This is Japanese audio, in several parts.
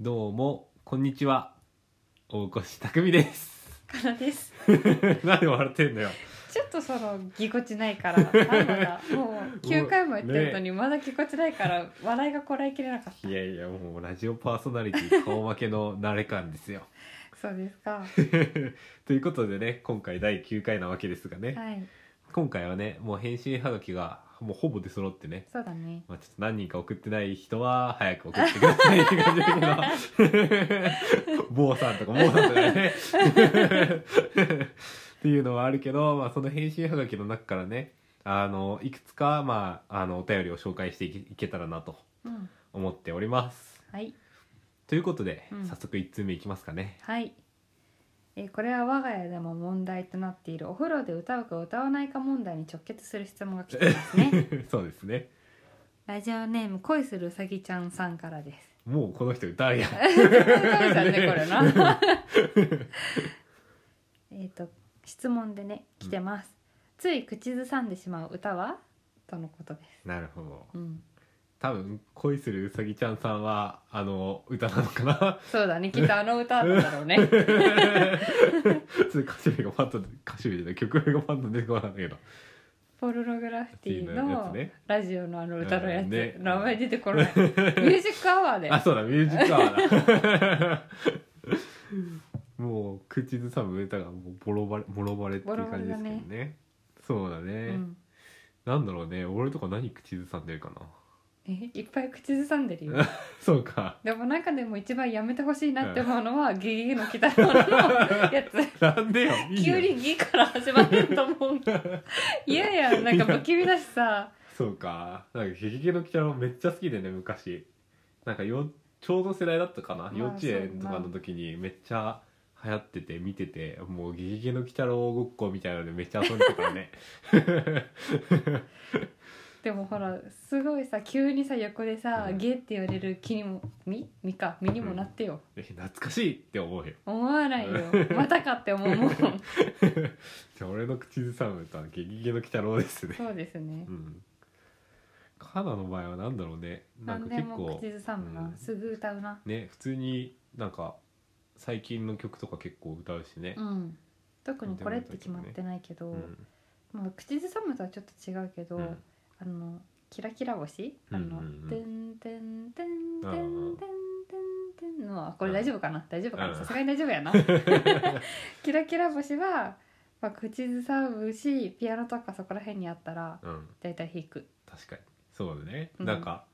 どうも、こんにちは。大越匠です。からです なんで笑ってんだよ。ちょっとそのぎこちない からなんだかもう9回もやってるのにまだぎこちないから笑いがこらえきれなかっいやいや、もうラジオパーソナリティ顔負けの慣れ感ですよ。 たそうですかということでね、今回第9回なわけですがね、はい今回はね、もう返信はがきがもうほぼ出揃ってね、そうだねまあ、ちょっと何人か送ってない人は早く送ってくださいって感じだけど坊さんとか坊さんとかねっていうのはあるけど、まあ、その返信はがきの中からねあのいくつか、まあ、あのお便りを紹介していけいけたらなとうん思っておりますはいということで、うん早速1通目いきますかね はいえーこれは我が家でも問題となっているお風呂で歌うか歌わないか問題に直結する質問が来ています ねそうですねラジオネーム恋するうさぎちゃんさんからですもうこの人歌う やん そうだねこれなえっと質問でね来てます、つい口ずさんでしまう歌はとのことです、なるほどうん、多分恋するうさぎちゃんさんはあの歌なのかなそうだねきっとあの歌なんだろ うねそれ歌手名がパッと歌手名じゃない曲名がパッと出てこないんだけどポルノグラフィティやつのねラジオのあの歌のやつ、うんね名前出てこない ミュージックアワーであそうだミュージックアワーだもう口ずさむ歌がもうボロバレボロバレっていう感じですけどねボそうだね、うん、なんだろうね俺とか何口ずさんでるかなえいっぱい口ずさんで るよそうかでも中でも一番やめてほしいなって思うのは「ゲゲゲの鬼太郎」のやつなんでよいい急よに「ギ」から始まると思 う嫌やんなんか不気味だしさそうかなんか「ゲゲゲの鬼太郎」めっちゃ好きでね昔なんかよちょうど世代だったかな、あ幼稚園とかの時にめっちゃ流行ってて見ててもう「ゲゲゲの鬼太郎」ごっこみたいなのでめっちゃ遊んでたから ねでもほらすごいさ急にさ横でさう「んゲ」って言われる気にも「み」みか「み」にもなってよ、え懐かしいって思うよ思わな いよまたかって思うもんじゃあ俺の口ずさむ歌は「ゲゲゲの鬼太郎」ですねそうですねうんカナの場合は何だろうねなん何かで結も構口ずさむな、うんすぐ歌うなね普通になんか最近の曲とか結構歌うしね、うん特にこれって決まってないけど、うんまあ、口ずさむとはちょっと違うけど、うんあのキラキラ星、あのうんうんうんてんてんてんてんてあーんてんてんのはこれうん大丈夫かな、大丈夫かうなんさすがに大丈 夫やなキラキラ星は、まあ、口ずさむしピアノとかそこら辺にあったらうん大体弾く確かにそうだね、うんなんか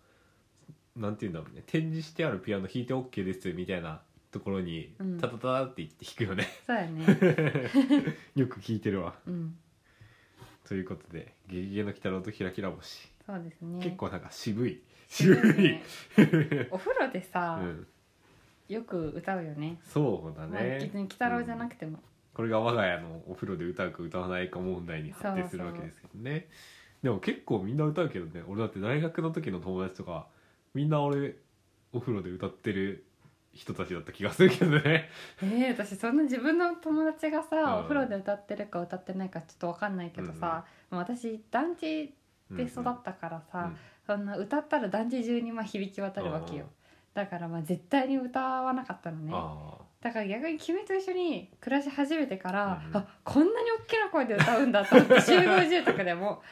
なんて言うんだろうね展示してあるピアノ弾いて OK ですみたいなところに、うんタタタって言って弾く よねそうやねよく聞いてるわうんということで「ゲゲゲの鬼太郎」と「キラキラ星そうです」ね結構なんか渋い渋渋いい、 ねお風呂でうさ、ん、よく歌うよねそうだまあ別ね、に鬼太郎じゃなくても、これが我が家のお風呂で歌うか歌わないか問題に発展するわけですけどねでも結構みんな歌うけどね俺だって大学の時の友達とかみんな俺お風呂で歌ってる人たちだった気がするけどねえー、私そんな自分の友達がさ、うんお風呂で歌ってるか歌ってないかちょっとわかんないけどさ、もう私団地で育ったからさ、うんうんそんな歌ったら団地中にまあ響き渡るわけよ、うんだからまあ絶対に歌わなかったのねあだから逆に君と一緒に暮らし始めてから、うんあこんなに大きな声で歌うんだと思って集合住宅 でも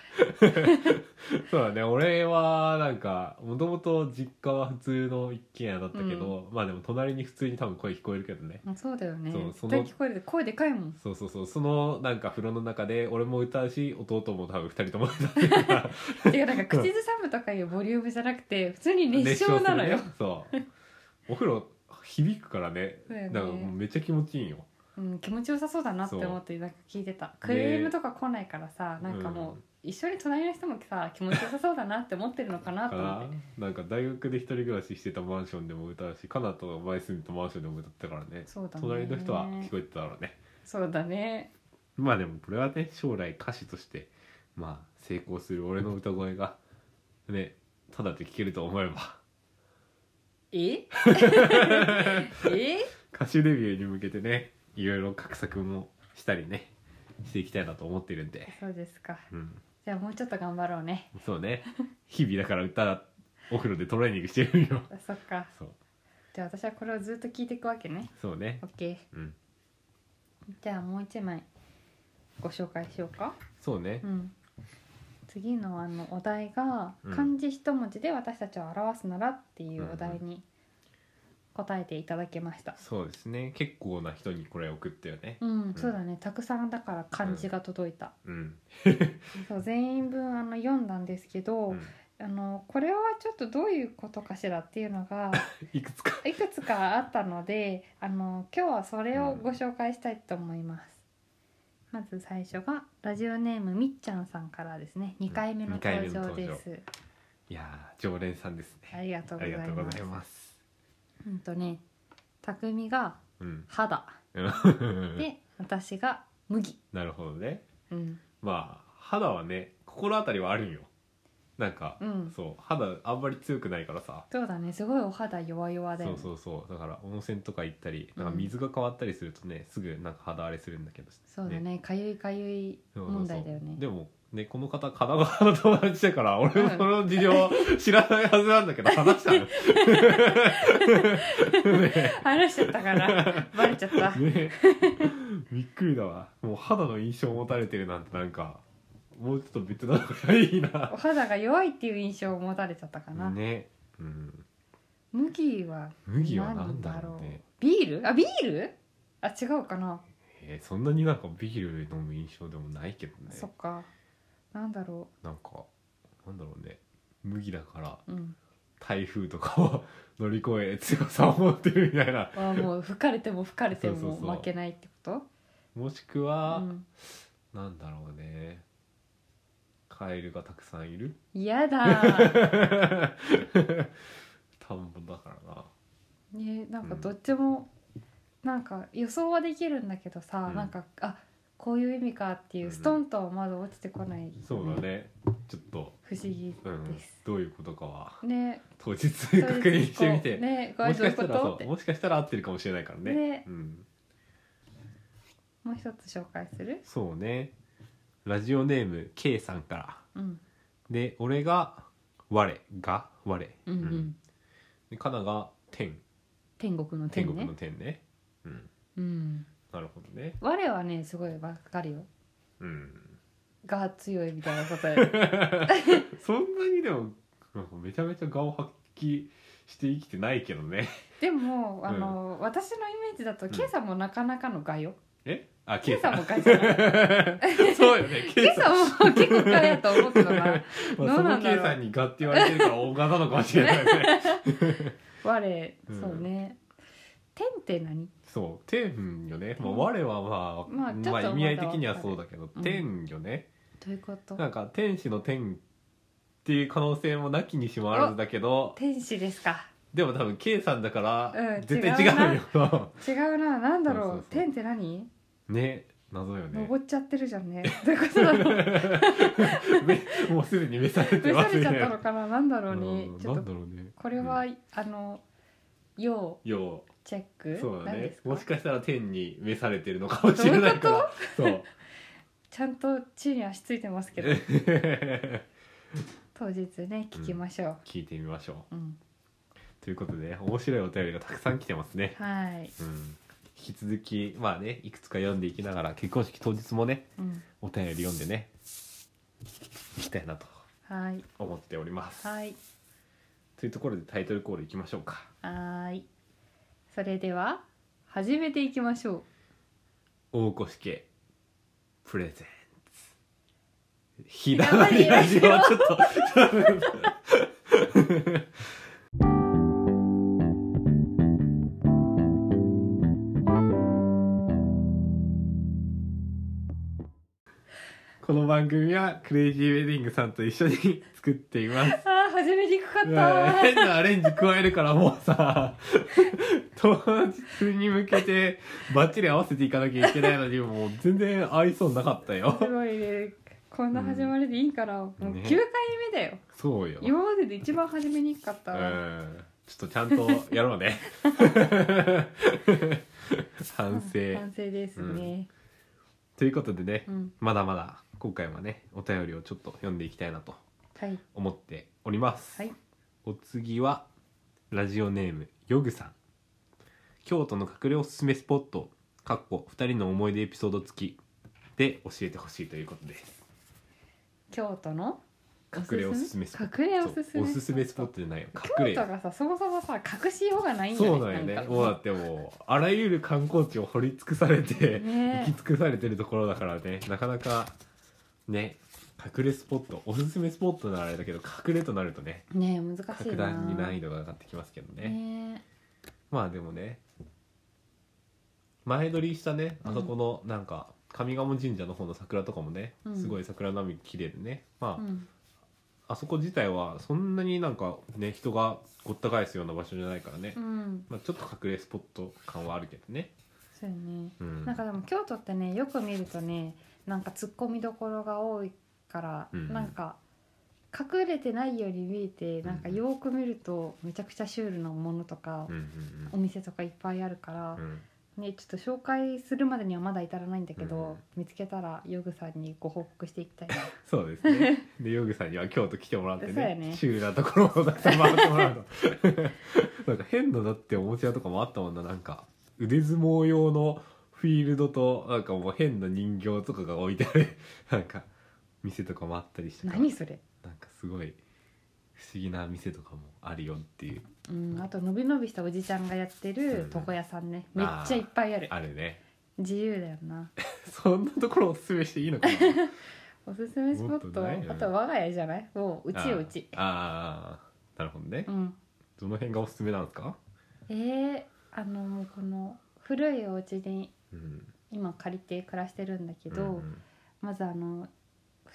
あそうだね俺はなんかもともと実家は普通の一軒家だったけど、まあでも隣に普通に多分声聞こえるけどねうんそうだよねそうそ絶の対聞こえる声でかいもんそうそうそうそのなんか風呂の中で俺も歌うし弟も多分2人とも歌ってるからてかなんか口ずさむとかいうボリュームじゃなくて普通に熱唱なのよ、熱唱するねそうお風呂響くからねそうだよねなんかもうめっちゃ気持ちいいようん、気持ちよさそうだなって思ってなんか聞いてたクレームとか来ないからさなんかもう、うん一緒に隣の人もさ気持ちよさそうだなって思ってるのかなだとか思ってらなんか大学で一人暮らししてたマンションでも歌うしカナと前住んでたマンションでも歌ってたからねそうだね隣の人は聞こえてただろうねそうだねまあでもこれはね将来歌手としてまあ成功する俺の歌声がねただで聴けると思えば ええ歌手デビューに向けてねいろいろ画策もしたりねしていきたいなと思ってるんでそうですかうんじゃあもうちょっと頑張ろうねそうね日々だから歌お風呂でトレーニングしてるよそっかそうじゃあ私はこれをずっと聞いていくわけねそうね OK うんじゃあもう一枚ご紹介しようかそうねうん次のあのお題がうん漢字一文字で私たちを表すならっていんううんお題に答えていただきましたそうですね結構な人にこれ送ったよねうん、そうだねたくさんだから漢字が届いた、うんそう全員分あの読んだんですけど、うんあのこれはちょっとどういうことかしらっていう のがいくつかいくつかあったのであの今日はそれをご紹介したいと思います、まず最初がラジオネームみっちゃんさんからですね2回目の二回目登の場登で場す、いやー常連さんですあねりがとうあございりがとうごまざすいますうんとね匠がうん肌で私が麦 なるほどねうんまあ肌はね心当たりはあるんよなんか、うんそう肌あんまり強くないからさそうだねすごいお肌弱々だよそねうそうそうだから温泉とか行ったりうんなんか水が変わったりするとね、すぐなんか肌荒れするんだけどそうだねかゆいかゆいそうそうそう問題だよねでもねこの方神奈川の友達だ から俺もその事情は知らないはずなんだけど話したのね話しちゃったから バレちゃったね びっくりだわもう肌の印象を持たれてるなんてなんかもうちょっと別なのがいいなお肌が弱いっていう印象を持たれちゃったかな、ねうん麦は麦は何だろう何だろうねビールあビールあ違うかな、えーそんなになんかビール飲む印象でもないけどねそっかなんだろなんかなんだろうね麦だからううん台風とかを 乗り越え強さを持ってるみたいなあもう吹かれても吹かれてそうもそうそう負けないってこともしくは、うんなんだろうねカエルがたくさんい る嫌だ、田んぼだからなね、なんかどっちも、なんか予想はできるんだけどさ、うんなんかあこういう意味かっていううんストンとはまだ落ちてこない、そうだねちょっと、不思議うんです、どういうことかはね当日 確認してみて、ねこもれしどうかしいうこたらとっそうてもしかしたら合ってるかもしれないからねねうん、もう一つ紹介するそうねラジオネーム K さんからうんで俺が「我」が「我」うんうん、うんでかなが「天」天国の天天国ねの天ねうんうんなるほどね我はねすごいわかるようんが強いみたいなこと でそんなにでもなんかめちゃめちゃ顔発揮して生きてないけどね でもあの、私のイメージだとん K さんもなかなかのがよ、えあ K K ささんんもがじゃないそうよね K K さんさんも結構がやと思ってたなまあ、どそうなのんだろう K さんにガって言われてるから大型なのかもしれない ね我うんそうね、天って何そう天よね、まあ、我はまあ、ままああちょっとまだ意味合い的にはそうだけど、かる天よねどういうことなんか天使の天っていう可能性もなきにしもあらずだけど天使ですかでも多分 K さんだから、うん絶対違うよ違うななんだろうそうそうそう天って何 ね謎よね登っちゃってるじゃんねどういうこと だろうもうすでに召されて 召まさすれねちゃったのかななんだろうねうんちょなっんとだろうねこれは、あの要ようチェックそうだなんねですかもしかしたら天に召されてるのかもしれないからそうちゃんと地に足 ついてますけど当日ね聞きましょ 聞いてみましょうう、うんということで面白いお便りがたくさん来てますね、はい、うん、引き続きまあねいくつか読んでいきながら結婚式当日もねうん、お便り読んでねいきたいなとはい思っております、はいというところでタイトルコールいきましょうかはーいそれでは始めていきましょう大越家プレゼンツひだまりラジオちょっとこの番組はクレイジーウェディングさんと一緒に作っていますあー始めにくかった変なアレンジ加えるからもうさ 当日に向けてバッチリ合わせていかなきゃいけないのにもう全然合いそうなかったよすごいねこんな始まりでいいから、もう9ね回目だよそうよ、うん、今までで一番始めにくかっちたわ、ょっとちゃんとやろうね 反省反省ですね、ということでね、うんまだまだ今回はねお便りをちょっと読んでいきたいなとはい思っております、はいお次はラジオネームヨグさん京都の隠れおすすめスポットかっこ2人の思い出エピソード付きで教えてほしいということです京都の隠れおすすめスポット隠れおすすめそうおすすめスポットじゃないよ隠京都れがさそもそもさ隠しようがないんだそうなんよねなんかもうだってもうあらゆる観光地を掘り尽くされて、ね行き尽くされてるところだからねなかなかね隠れスポットおすすめスポットならあれだけど隠れとなるとねねえ難しいな格段に難易度が上がってきますけどねねまあでもね前撮りしたねあそこのなんか上賀茂神社の方の桜とかもね、うんすごい桜並木綺麗でねまえあ、うんあそこ自体はそんなになんかね人がごった返すような場所じゃないからね、うんまあ、ちょっと隠れスポット感はあるけどね、そうよねうん、なんかでも京都ってねよく見るとねなんかツッコミどころが多いから、うんなんか隠れてないように見えてなんかうんよーく見るとめちゃくちゃシュールなものとか、うんお店とかいっぱいあるからうんう、んねちょっと紹介するまでにはまだ至らないんだけど、うん見つけたらヨグさんにご報告していきたいなそうですね でヨグさんには京都来てもらってそうやねねシュールなところをたくさん回ってもらうの なんか変なだっておもちゃとかもあったもんななんか腕相撲用のフィールドとなんかもう変な人形とかが置いてある なんか店とかもあったりしたから何それ、なんかすごい不思議な店とかもあるよっていううん、あとのびのびしたおじちゃんがやってうるん床屋さんね、あーめっちゃいっぱいあるあるね自由だよなそんなところおすすめしていいの かなおすすめスポもッっとトないよあと我が家じゃないもううちようちあーあーなるほどね、うんどの辺がおすすめなんですか、えー、あのもうこの古いお家にうん、今借りて暮らしてるんだけど、うんまずあの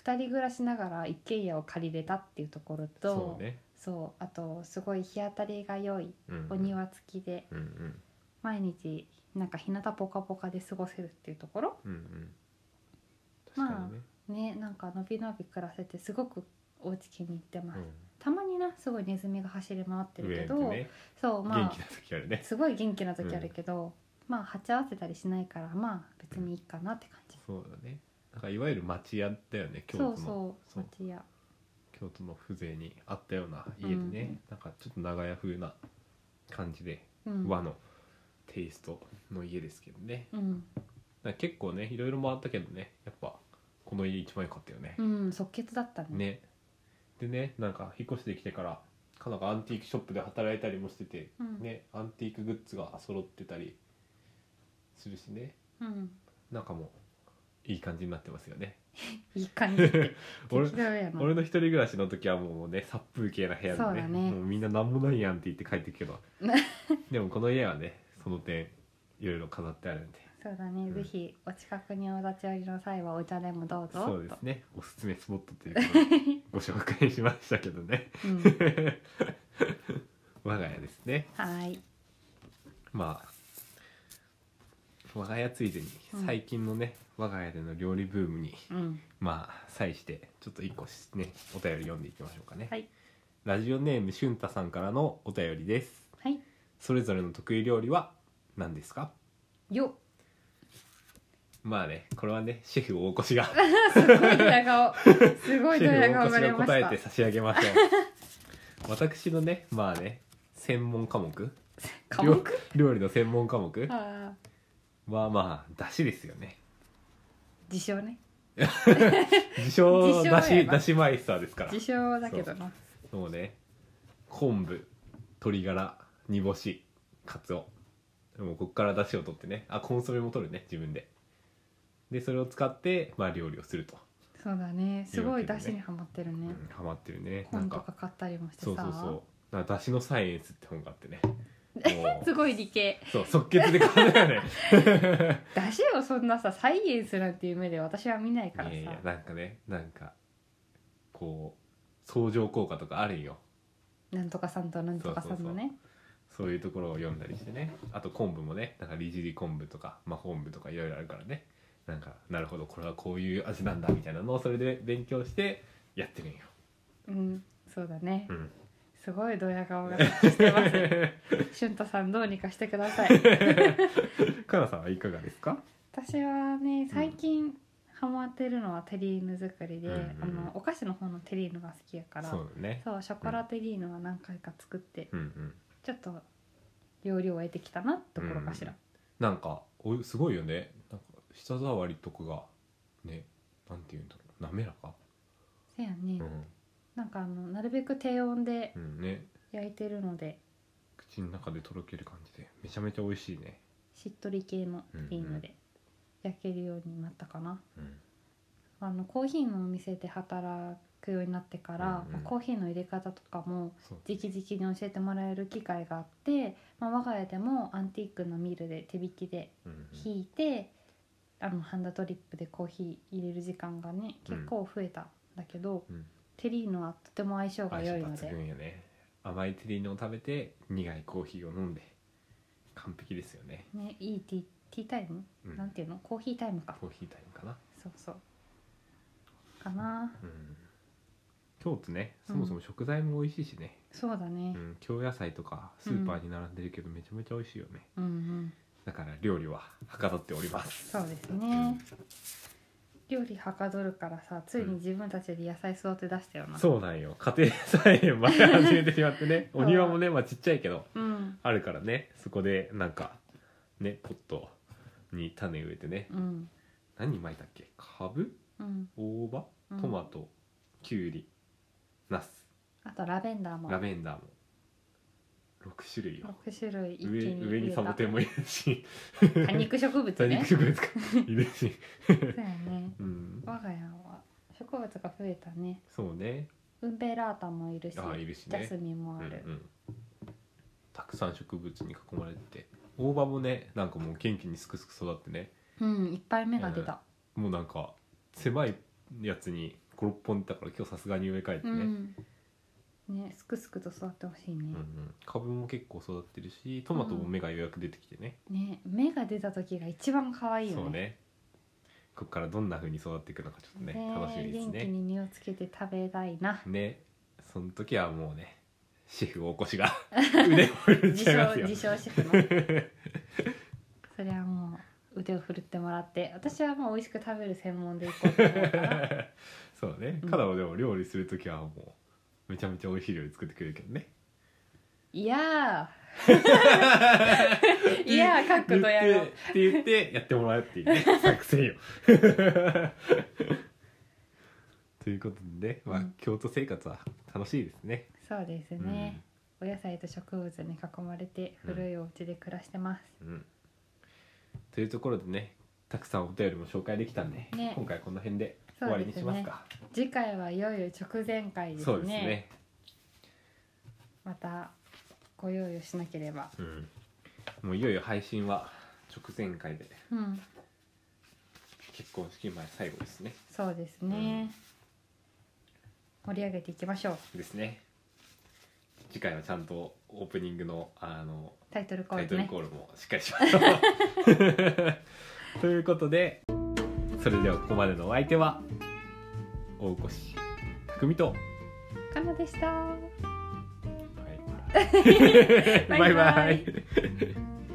2人暮らしながら一軒家を借りれたっていうところとそうね、そうあとすごい日当たりが良いうんお庭付きでうんうん毎日なんか日向ポカポカで過ごせるっていうところうんうん確まあかにね、ねなんかのびのび暮らせてすごくお家気に入ってます、うたまになすごいネズミが走り回ってん、る上けにど、ね、そうま元気あな時ある ねすごい元気な時あるけど、まあ鉢合わせたりしないからまあ別にいいかなって感じ、そうだねなんかいわゆる町屋だよね京都そのうそそうう町屋京都の風情にあったような家でね、うんなんかちょっと長屋風な感じで、うん和のテイストの家ですけどねうん、なんか結構ねいろいろ回ったけどねやっぱこの家一番良かったよねう、ん、即決だったねねでねなんか引っ越してきてからかなかアンティークショップで働いたりもしてて、うんねアンティークグッズが揃ってたりするしねうん、なんかもういい感じになってますよねいい感じって 俺適当やな俺の一人暮らしの時はもうね殺風景な部屋でそうねだねもうみんな何もないやんって言って帰ってくけ どでもこの家はねその点いろいろ飾ってあるんでそうだね、うんぜひお近くにお立ち寄りの際はお茶でもどうぞそうですねおすすめスポットということでご紹介しましたけどね とうん、我が家ですねはいまあ我が家ついでにうん最近のね、我が家での料理ブームにうんまあ際してちょっと一個しねお便り読んでいきましょうかね、はいラジオネームしゅんたさんからのお便りですはいそれぞれの得意料理は何ですかよまあねこれはねシェフ大越がすごいドヤ 顔す ごいシドェヤフ大顔が越出がま答しえたて差し上げましょ う私のねまあね専門科目科目料料理の専門科目あーはまあだしですよね自称ね自称自称だやしなだしマイスターですから自称だけどなそうね昆布鶏ガラ煮干しかつおもうこっから出汁を取ってねあコンソメも取るね自分ででそれを使ってまあ料理をすると、そうだねすごいいうわけで出ね汁にはまってるうねん、ハマってるねな本んとかか買ったりもしてさそうそうそうなんか出汁のサイエンスって本があって ねもすごい理系うそう即決で買 ったよね出汁をそんなさサイエンスなんていう目で私は見ないいからやさいやなんかねなんかこう相乗効果とかあるんよなんとかさんとなんとかさんのねそういうところを読んだりしてねあと昆布もねなんかりじり昆布とかまあ昆布とかいろいろあるからねなんかなるほどこれはこういう味なんだみたいなのをそれで勉強してやってるんよ、うんそうだねうん、すごいドヤ顔がしてます 俊太さんどうにかしてくださいかなさんはいかがですか私はね最近ハマってるのはテリーヌ作りで、うんうんあのお菓子の方のテリーヌが好きやからそうだねそうショコラテリーヌは何回か作って、うんちょっと要領を得てきたなってところかしら、なんかおすごいよねなんか舌触りとかがねなんていうんだろう滑らか、せやね、うんなんかあのなるべく低温でうんね焼いてるので口の中でとろける感じでめちゃめちゃ美味しいね、しっとり系もいいうんうのんで、焼けるようになったかなうん、あのコーヒーのお店で働くようになってから、うんうんまあコーヒーの入れ方とかもそう直々に教えてもらえる機会があって、まあ、我が家でもアンティークのミルで手引きでうんうん引いて、あのハンダトリップでコーヒー入れる時間がね結構増えたんだけど、うんテリーノはとても相性が相性良いの抜で群よね甘いテリーノを食べて苦いコーヒーを飲んで完璧ですよね、ねいいティーティータイム、うんなんていうのコーヒータイムかコーヒータイムかな、そうそうかなうん、京都ねそもそも食材も美味しいしね、そうだねう、ん、京野菜とかスーパーに並んでるけどめちゃめちゃ美味しいよね、うん、うんだから料理ははかどっておりますそうですね料理はかどるからさついに自分たちで野菜育て出したよなそうなんよ家庭菜園まで始めてしまってね そうお庭もねまあちっちゃいけどうんあるからねそこでなんかねポットに種植えてねうん何巻いたっけカブうん大葉うんトマト、きゅうりナスあとラベンダーもラベンダーも6種類よ6種類一気上に上にサボたテンもいるし多肉植 物多ね肉そう植物かいるし、やねうん、我が家は植物が増えたねそうねウンベラータもいるしああいるしジャねスミンもあるうんうん、たくさん植物に囲まれてて大葉もねなんかもう元気にすくすく育ってねうん、いっぱい芽が出た、もうなんか狭いやつに56本だから今日さすがに植え替えてうね、んねすくすくと育ってほしいねうんうん株も結構育ってるしトマトも芽がようやく出てきてね、ね芽が出た時が一番可愛いよねそうねここからどんな風に育っていくのかちょっとねね楽しみです元気ねに実をつけて食べた いなねその時はもうねシェフおこし が腕を振るっ自ちゃいま称すよ自称シェフの それはもう腕を振るってもらって私はもう美味しく食べる専門でいこうと思うから そうねうんカナはでも料理する時はもうめちゃめちゃ美味しい料理作ってくれるけどねいや ーいやーかっこ言っとやろうてって言ってやってもらうっていう ね作戦よということでね、まあうん京都生活は楽しいですねそうですね、お野菜と植物に囲まれて古いお家で暮らしてます、うん、うんというところでねたくさんお便りも紹介できたんで、ね今回この辺で終そわうりでにすしますねか次回はいよいよ直前回ですねそうですねまたご用意をしなければうんもういよいよ配信は直前回でうん結婚式前最後ですねそうですね、盛り上げていきましょうですね次回はちゃんとオープニングのあのタイトルコターイルトルねコールもしっかりしましょう ということでそれではここまでのお相手は大越匠と、はかなでした いバイバイ